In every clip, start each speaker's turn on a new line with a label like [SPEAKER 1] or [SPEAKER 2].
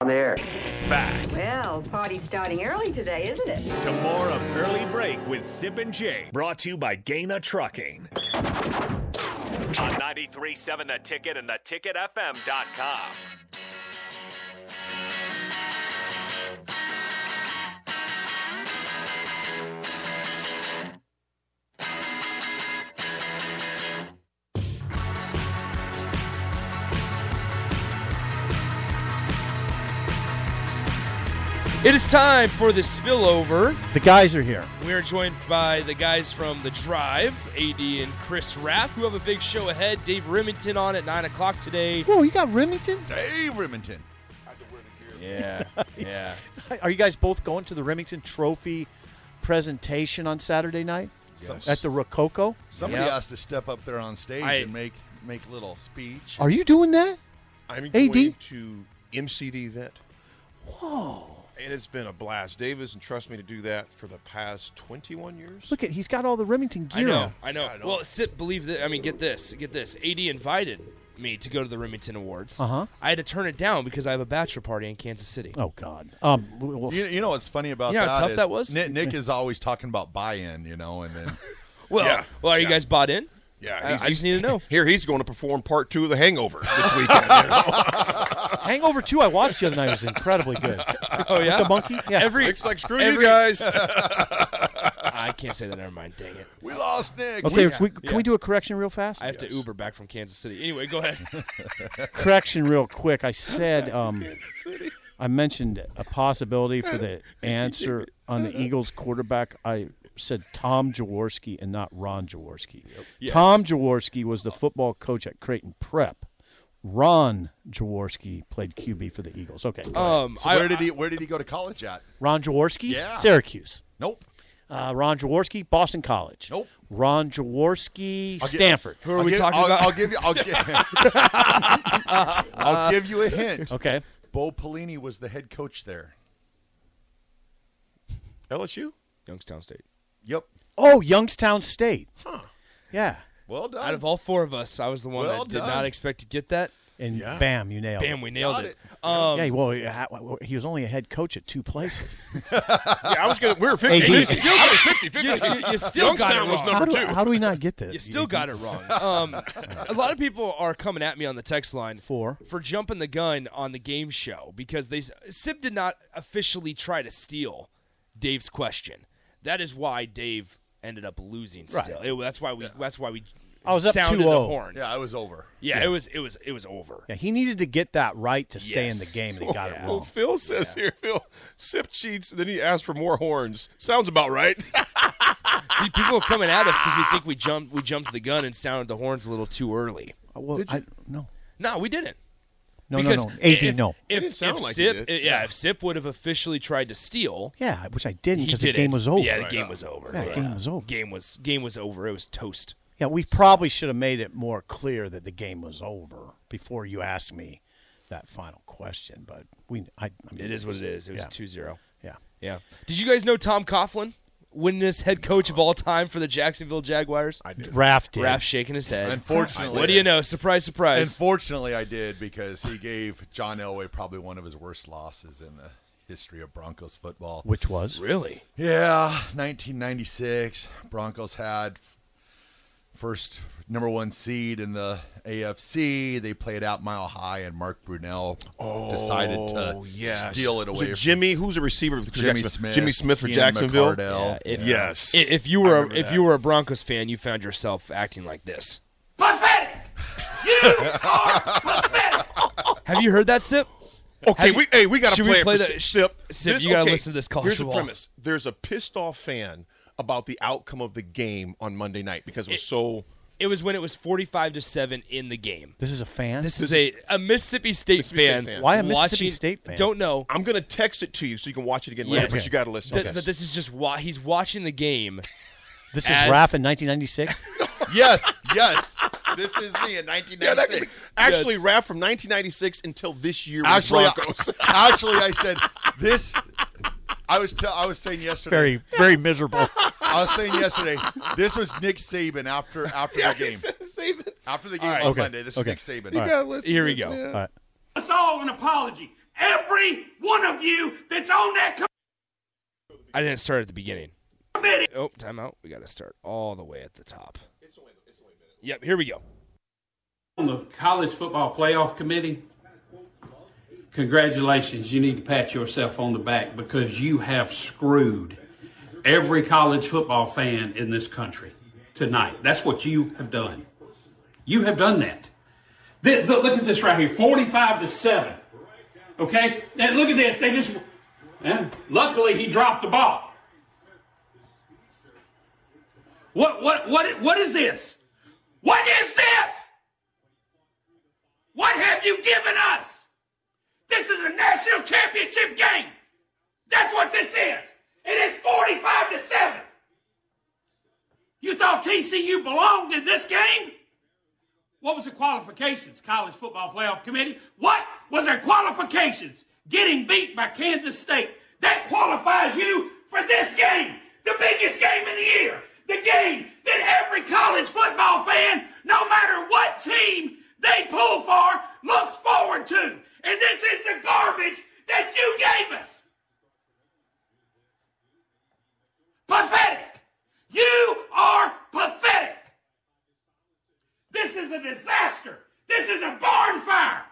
[SPEAKER 1] on the air.
[SPEAKER 2] Back
[SPEAKER 3] Well, party's starting early today, isn't it?
[SPEAKER 2] to more of Early Break with Sip and Jay, brought to you by Gaina Trucking. On 93.7 The Ticket and theticketfm.com.
[SPEAKER 4] It is time for the spillover.
[SPEAKER 5] The guys are here.
[SPEAKER 4] We're joined by the guys from The Drive, AD and Chris Raff, who have a big show ahead. Dave Remington on at 9 o'clock today.
[SPEAKER 5] Whoa, you got Remington?
[SPEAKER 6] Dave Remington.
[SPEAKER 4] Yeah. yeah.
[SPEAKER 5] Are you guys both going to the Remington Trophy presentation on Saturday night
[SPEAKER 6] Yes.
[SPEAKER 5] at the Rococo?
[SPEAKER 6] Somebody
[SPEAKER 4] Yep.
[SPEAKER 6] has to step up there on stage
[SPEAKER 4] I-
[SPEAKER 6] and make make a little speech.
[SPEAKER 5] Are you doing that?
[SPEAKER 7] I'm
[SPEAKER 5] AD?
[SPEAKER 7] going to MC the event. Whoa. And it's been a blast. Dave has entrusted me to do that for the past 21 years.
[SPEAKER 5] Look at he's got all the Remington
[SPEAKER 4] I
[SPEAKER 5] gear.
[SPEAKER 4] know.
[SPEAKER 5] on.
[SPEAKER 4] I know. Well, sit, believe that. I mean, get this. Get this. AD invited me to go to the Remington Awards.
[SPEAKER 5] Uh-huh.
[SPEAKER 4] I had to turn it down because I have a bachelor party in Kansas City.
[SPEAKER 5] Oh God. Um. we- we'll-
[SPEAKER 6] You, you know what's funny about
[SPEAKER 4] You know how
[SPEAKER 6] that
[SPEAKER 4] tough
[SPEAKER 6] is
[SPEAKER 4] that was?
[SPEAKER 6] Nick, Nick is always talking about buy-in, you know, and then
[SPEAKER 4] Well,
[SPEAKER 7] Yeah.
[SPEAKER 4] well, are you
[SPEAKER 7] Yeah.
[SPEAKER 4] guys bought in?
[SPEAKER 7] Yeah,
[SPEAKER 4] I,
[SPEAKER 7] he's-
[SPEAKER 4] I just need to know.
[SPEAKER 7] Here he's going to perform part two of The Hangover this weekend.
[SPEAKER 5] Hangover Two. I watched the other night was incredibly good.
[SPEAKER 4] Oh, yeah?
[SPEAKER 5] The monkey. Yeah.
[SPEAKER 4] Every,
[SPEAKER 7] Nick's like, screw
[SPEAKER 4] every,
[SPEAKER 7] you guys.
[SPEAKER 4] I can't say that. Never mind. Dang it.
[SPEAKER 6] we lost Nick.
[SPEAKER 5] okay.
[SPEAKER 6] We-
[SPEAKER 5] we- can
[SPEAKER 4] yeah.
[SPEAKER 5] we do a correction real fast?
[SPEAKER 4] I have to Uber back from Kansas City. Anyway, go ahead.
[SPEAKER 5] correction real quick. I said um, I mentioned a possibility for the answer on the Eagles quarterback. I said Tom Jaworski and not Ron Jaworski.
[SPEAKER 4] Yes.
[SPEAKER 5] Tom Jaworski was the football coach at Creighton Prep. Ron Jaworski played QB for the Eagles. Okay. go ahead.
[SPEAKER 4] Um,
[SPEAKER 6] so
[SPEAKER 4] I-
[SPEAKER 6] where did he where did he go to college at?
[SPEAKER 5] Ron Jaworski,
[SPEAKER 6] Yeah.
[SPEAKER 5] Syracuse.
[SPEAKER 6] Nope.
[SPEAKER 5] Uh, Ron Jaworski, Boston College.
[SPEAKER 6] Nope.
[SPEAKER 5] Ron Jaworski,
[SPEAKER 6] I'll get-
[SPEAKER 5] Stanford.
[SPEAKER 4] Who are
[SPEAKER 6] I'll
[SPEAKER 4] we
[SPEAKER 6] give-
[SPEAKER 4] talking
[SPEAKER 6] I'll,
[SPEAKER 4] about?
[SPEAKER 6] I'll give you. I'll, gi- I'll give you a hint.
[SPEAKER 5] Okay.
[SPEAKER 6] Bo Pelini was the head coach there.
[SPEAKER 7] LSU?
[SPEAKER 4] Youngstown State.
[SPEAKER 6] Yep.
[SPEAKER 5] Oh, Youngstown State. Huh. Yeah.
[SPEAKER 6] Well done.
[SPEAKER 4] Out of all four of us, I was the one
[SPEAKER 6] Well
[SPEAKER 4] that did
[SPEAKER 6] done.
[SPEAKER 4] not expect to get that.
[SPEAKER 5] And bam, you nailed it.
[SPEAKER 4] Bam, we nailed
[SPEAKER 6] Got
[SPEAKER 4] it.
[SPEAKER 6] it.
[SPEAKER 4] Um,
[SPEAKER 5] yeah, well, he- ha- he was only a head coach at two places.
[SPEAKER 7] Yeah, I was gonna. We were 50.
[SPEAKER 5] Hey,
[SPEAKER 7] I was 50, 50.
[SPEAKER 4] you, you- you still got it
[SPEAKER 7] Youngstown
[SPEAKER 4] wrong.
[SPEAKER 7] was
[SPEAKER 5] how,
[SPEAKER 7] number
[SPEAKER 5] do,
[SPEAKER 7] two.
[SPEAKER 5] how do we not get this?
[SPEAKER 4] you still got it wrong. Um, a lot of people are coming at me on the text line
[SPEAKER 5] For?
[SPEAKER 4] for jumping the gun on the game show because they s- Sib did not officially try to steal Dave's question. That is why Dave ended up losing. Still, It- that's why we. That's why we.
[SPEAKER 5] I was up oh.
[SPEAKER 4] sounded the
[SPEAKER 5] 2-0.
[SPEAKER 4] horns.
[SPEAKER 6] yeah, I was over.
[SPEAKER 4] Yeah, it was. It was. It was over.
[SPEAKER 5] Yeah, he needed to get that right to stay in
[SPEAKER 4] Yes. Oh,
[SPEAKER 5] the game, and he got
[SPEAKER 4] yeah.
[SPEAKER 5] it
[SPEAKER 7] Well,
[SPEAKER 5] wrong.
[SPEAKER 7] Phil says here, Phil, sip cheats, then he asked for more horns. Sounds about right.
[SPEAKER 4] See, people are coming at us because we think we jumped we jumped the gun and sounded the horns a little too early.
[SPEAKER 5] Well, I, no,
[SPEAKER 4] No, we didn't.
[SPEAKER 5] no, no,
[SPEAKER 4] because
[SPEAKER 5] no. AD,
[SPEAKER 4] if,
[SPEAKER 5] no.
[SPEAKER 4] If,
[SPEAKER 7] didn't sound
[SPEAKER 4] if
[SPEAKER 7] like he
[SPEAKER 4] Sip,
[SPEAKER 7] did.
[SPEAKER 4] yeah, if Sip would have officially tried to steal,
[SPEAKER 5] Yeah, which I didn't
[SPEAKER 4] he
[SPEAKER 5] because the
[SPEAKER 4] did
[SPEAKER 5] game
[SPEAKER 4] it.
[SPEAKER 5] was over.
[SPEAKER 4] Yeah, the game was over.
[SPEAKER 5] Yeah, game was over.
[SPEAKER 4] Game was game was over. It was toast.
[SPEAKER 5] Yeah, we probably should have made it more clear that the game was over before you asked me that final question. But we, I, I mean,
[SPEAKER 4] It is what it is. It was
[SPEAKER 5] Yeah.
[SPEAKER 4] 2-0.
[SPEAKER 5] Yeah.
[SPEAKER 4] Yeah. Did you guys know Tom Coughlin, this head coach of all time for the Jacksonville Jaguars? I
[SPEAKER 5] Raph did.
[SPEAKER 4] Raph shaking his head.
[SPEAKER 6] Unfortunately,
[SPEAKER 4] what do you know? Surprise, surprise.
[SPEAKER 6] Unfortunately, I did because he gave John Elway probably one of his worst losses in the history of Broncos football.
[SPEAKER 5] which was
[SPEAKER 4] really?
[SPEAKER 6] Yeah, 1996. Broncos had first number one seed in the AFC. They played out Mile High, and Mark Brunell decided to steal it
[SPEAKER 7] Oh, Was
[SPEAKER 6] away. from
[SPEAKER 7] Jimmy, who's a receiver for
[SPEAKER 6] Jimmy
[SPEAKER 7] Jacksonville?
[SPEAKER 6] Smith,
[SPEAKER 7] Jimmy Smith for
[SPEAKER 6] Keenan
[SPEAKER 7] Jacksonville.
[SPEAKER 6] McCardell.
[SPEAKER 4] Yeah, it-
[SPEAKER 7] Yes.
[SPEAKER 4] I- If you were a, if you were a Broncos fan, you found yourself acting like this. Pathetic! You are pathetic. Have you heard that sip?
[SPEAKER 7] Okay,
[SPEAKER 4] Have
[SPEAKER 7] we
[SPEAKER 4] you-
[SPEAKER 7] hey, we got to
[SPEAKER 4] should we
[SPEAKER 7] play, it
[SPEAKER 4] play
[SPEAKER 7] for
[SPEAKER 4] the-
[SPEAKER 7] Si- Sip.
[SPEAKER 4] Sip, you gotta
[SPEAKER 7] okay,
[SPEAKER 4] listen to this college
[SPEAKER 7] Here's the
[SPEAKER 4] football.
[SPEAKER 7] premise: There's a pissed off fan about the outcome of the game on Monday night because it was so.
[SPEAKER 4] It was when it was forty-five to seven in the game.
[SPEAKER 5] this is a fan.
[SPEAKER 4] This is a, a Mississippi State
[SPEAKER 7] Mississippi State
[SPEAKER 4] fan.
[SPEAKER 7] fan.
[SPEAKER 5] Why a Mississippi
[SPEAKER 4] watching-
[SPEAKER 5] State fan?
[SPEAKER 4] Don't know.
[SPEAKER 7] I'm gonna text it to you so you can watch it again later,
[SPEAKER 4] Yes.
[SPEAKER 7] but you got to listen.
[SPEAKER 4] Th-
[SPEAKER 7] okay.
[SPEAKER 4] But this is just why he's watching the game.
[SPEAKER 5] this is
[SPEAKER 4] as-
[SPEAKER 5] Raph in 1996.
[SPEAKER 6] Yes, yes. This is me in 1996.
[SPEAKER 7] yeah, that, actually,
[SPEAKER 4] Yes.
[SPEAKER 7] Raph from 1996 until this year. with
[SPEAKER 6] actually,
[SPEAKER 7] Broncos.
[SPEAKER 6] I, actually, I said this. I was tell I was saying yesterday.
[SPEAKER 5] Very, very miserable.
[SPEAKER 6] I was saying yesterday. This was Nick Saban after after the game.
[SPEAKER 7] Save it.
[SPEAKER 6] After the game on
[SPEAKER 5] okay,
[SPEAKER 6] Monday, this
[SPEAKER 5] okay.
[SPEAKER 6] is Nick Saban.
[SPEAKER 7] You gotta listen
[SPEAKER 4] Here
[SPEAKER 7] to
[SPEAKER 4] we
[SPEAKER 7] this,
[SPEAKER 4] go.
[SPEAKER 7] man.
[SPEAKER 5] All right.
[SPEAKER 8] us all an apology
[SPEAKER 1] Every one of you that's on that
[SPEAKER 4] I didn't start at the beginning.
[SPEAKER 1] committee.
[SPEAKER 4] Oh, timeout. We got to start all the way at the top. It's only, it's only yep, here we go.
[SPEAKER 1] on the college football playoff committee, congratulations. You need to pat yourself on the back because you have screwed every college football fan in this country tonight. That's what you have done. You have done that. Th- th- look at this right here 45 to 7. Okay? And look at this. They just. And luckily, he dropped the ball. What, what, what, what is this? What is this? What have you given us? This is a national championship game. That's what this is. It is 45 to 7. You thought TCU belonged in this game? What was the qualifications, College Football Playoff Committee? What was their qualifications? Getting beat by Kansas State. That qualifies you for this game, the biggest game of the year, the game that every college football fan, no matter what team they pull for, looks forward to. And this is the garbage that you gave us. Pathetic. You are pathetic. This is a disaster. This is a barn fire.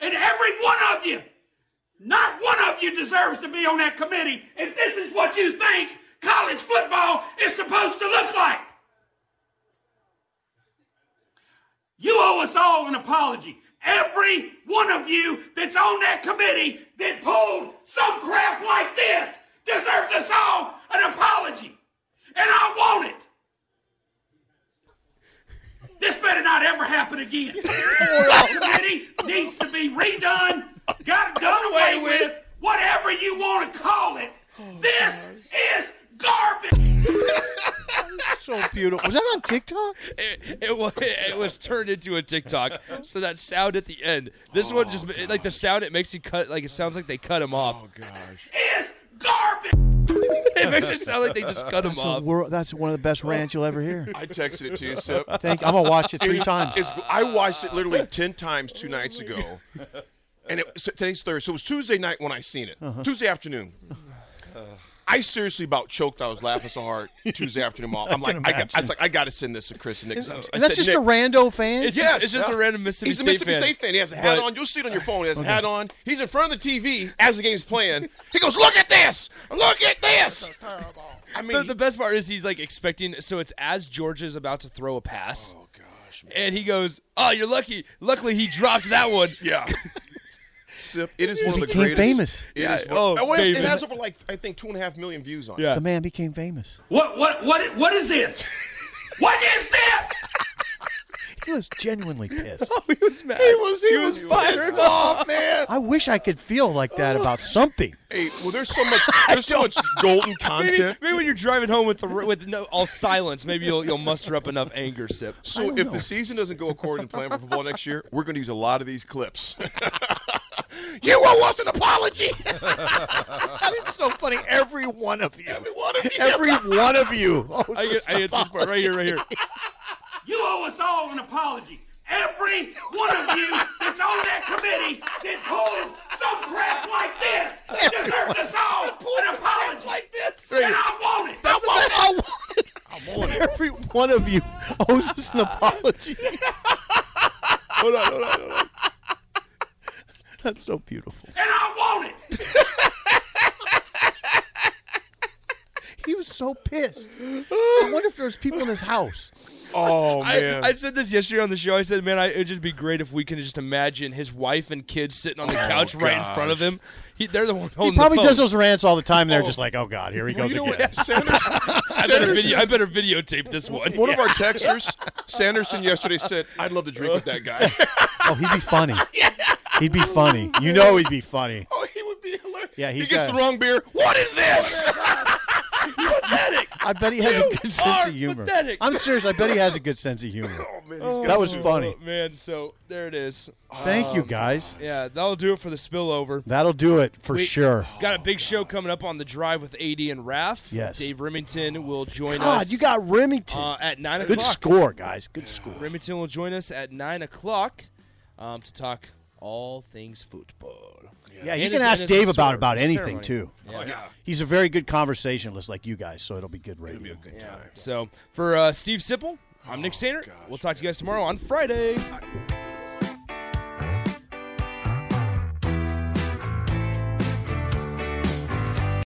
[SPEAKER 1] And every one of you, not one of you deserves to be on that committee if this is what you think college football is supposed to look like. You owe us all an apology. Every one of you that's on that committee that pulled some crap like this deserves us all an apology. And I want it. This better not ever happen again. This committee needs to be redone, got done away with, whatever you want to call it. This is garbage.
[SPEAKER 5] So beautiful. Was that on TikTok?
[SPEAKER 4] It, it, was, it was turned into a TikTok. So that sound at the end. This one just like the sound it makes you cut like it sounds like they cut him off.
[SPEAKER 1] Is garbage.
[SPEAKER 4] it makes it sound like they just cut him
[SPEAKER 5] That's, a
[SPEAKER 4] off.
[SPEAKER 5] wor- that's one of the best rants you'll ever hear.
[SPEAKER 7] I texted it to you, Sip.
[SPEAKER 5] Thank. I'm gonna watch it three
[SPEAKER 7] It-
[SPEAKER 5] times.
[SPEAKER 7] it's- I watched it literally ten times two nights ago, and it, so today's Thursday, so it was Tuesday night when I seen it.
[SPEAKER 4] Uh-huh.
[SPEAKER 7] Tuesday afternoon. I seriously about choked. I was laughing so hard Tuesday afternoon. all- I'm like, I, got, I was like, I got to send this to Chris and Nick. I,
[SPEAKER 5] And that's
[SPEAKER 7] said,
[SPEAKER 5] just
[SPEAKER 7] Nick,
[SPEAKER 5] a rando fan.
[SPEAKER 4] It's
[SPEAKER 7] Yes,
[SPEAKER 4] just, it's just
[SPEAKER 7] yeah.
[SPEAKER 4] a random Mississippi,
[SPEAKER 7] He's a Mississippi
[SPEAKER 4] State,
[SPEAKER 7] State fan. He has a hat
[SPEAKER 4] But-
[SPEAKER 7] on. You'll see it on your phone. He has a hat on. He's in front of the TV as the game's playing. He goes, "Look at this! Look at this!" I mean,
[SPEAKER 4] the, the best part is he's like expecting. So it's as George is about to throw a pass. Oh gosh! And he goes, "Oh, you're lucky. Luckily, he dropped that one."
[SPEAKER 7] Yeah. Sip. It is one of the
[SPEAKER 5] became
[SPEAKER 7] greatest.
[SPEAKER 5] famous.
[SPEAKER 7] It is one-
[SPEAKER 4] oh,
[SPEAKER 7] well, it's- it
[SPEAKER 4] famous.
[SPEAKER 7] has over like I think two and a half million views on.
[SPEAKER 4] Yeah.
[SPEAKER 5] The man became famous.
[SPEAKER 1] What what what what is this? What is this?
[SPEAKER 5] He was genuinely pissed.
[SPEAKER 4] he was mad.
[SPEAKER 7] it. He was he, was, fired off, man.
[SPEAKER 5] I wish I could feel like that about something.
[SPEAKER 7] Hey, well, there's so much there's so much golden
[SPEAKER 4] Maybe,
[SPEAKER 7] content.
[SPEAKER 4] maybe when you're driving home with the r- with no all silence, maybe you'll you'll muster up enough anger. Sip.
[SPEAKER 7] So if the season doesn't go according to plan for football next year, we're going to use a lot of these clips. you owe us an apology.
[SPEAKER 5] That is so funny. Every one of you.
[SPEAKER 7] Every one of you.
[SPEAKER 5] Every one of you. Oh,
[SPEAKER 4] I get, I get this part right here, right here.
[SPEAKER 1] You owe us all an apology. Every one of you that's on that committee that pulled some crap like this deserves us all an apology. Like this. And I want it.
[SPEAKER 5] That's the best- I want it. Every one of you owes us an apology.
[SPEAKER 4] Hold on, hold on, hold on.
[SPEAKER 5] That's so beautiful.
[SPEAKER 1] And I want it.
[SPEAKER 5] He was so pissed. I wonder if there's people in his house.
[SPEAKER 7] Oh
[SPEAKER 4] I, I said this yesterday on the show. I said, man, I, it'd just be great if we can just imagine his wife and kids sitting on the
[SPEAKER 7] Oh,
[SPEAKER 4] couch right in front of him. He, they're the one holding
[SPEAKER 5] He probably
[SPEAKER 4] the phone.
[SPEAKER 5] does those rants all the time. And they're just like, oh God, here he
[SPEAKER 7] Well,
[SPEAKER 5] goes
[SPEAKER 7] you know
[SPEAKER 5] again.
[SPEAKER 7] what? Sanders,
[SPEAKER 4] I better,
[SPEAKER 7] Sanders-
[SPEAKER 4] video, I better videotape this one.
[SPEAKER 7] one of our texters, Sanderson, yesterday said, "I'd love to drink with that guy."
[SPEAKER 5] Oh, he'd be funny. He'd be funny. You know, he'd be funny.
[SPEAKER 7] Oh, he would be hilarious.
[SPEAKER 5] Yeah,
[SPEAKER 7] he
[SPEAKER 5] he's
[SPEAKER 7] gets
[SPEAKER 5] got-
[SPEAKER 7] the wrong beer. What is this? Pathetic.
[SPEAKER 5] I bet he has a good sense
[SPEAKER 4] are
[SPEAKER 5] of humor.
[SPEAKER 4] pathetic.
[SPEAKER 5] I'm serious. I bet he has a good sense of humor.
[SPEAKER 7] Oh man,
[SPEAKER 5] That was funny.
[SPEAKER 4] Oh, man, so there it is. Um,
[SPEAKER 5] Thank you, guys.
[SPEAKER 4] Yeah, that'll do it for the spillover.
[SPEAKER 5] That'll do it for
[SPEAKER 4] We- Oh,
[SPEAKER 5] sure.
[SPEAKER 4] Got a big
[SPEAKER 7] Oh,
[SPEAKER 4] show coming up on the drive with AD and Raf.
[SPEAKER 5] Yes.
[SPEAKER 4] Dave Remington will join
[SPEAKER 5] God,
[SPEAKER 4] us.
[SPEAKER 5] you got Remington.
[SPEAKER 4] uh, at nine
[SPEAKER 5] good
[SPEAKER 4] o'clock.
[SPEAKER 5] score, guys. Good score.
[SPEAKER 4] Remington will join us at nine o'clock um, to talk all things football.
[SPEAKER 5] Yeah, you
[SPEAKER 4] And
[SPEAKER 5] can
[SPEAKER 4] it's-
[SPEAKER 5] ask
[SPEAKER 4] and it's a
[SPEAKER 5] Dave about
[SPEAKER 4] ceremony.
[SPEAKER 5] about anything
[SPEAKER 4] Ceremony. Oh,
[SPEAKER 5] too.
[SPEAKER 4] Yeah.
[SPEAKER 5] He's a very good conversationalist, like you guys. So it'll be good radio.
[SPEAKER 4] So for uh, Steve Sipple, I'm Nick Sander. we'll talk to you guys tomorrow on Friday.
[SPEAKER 9] I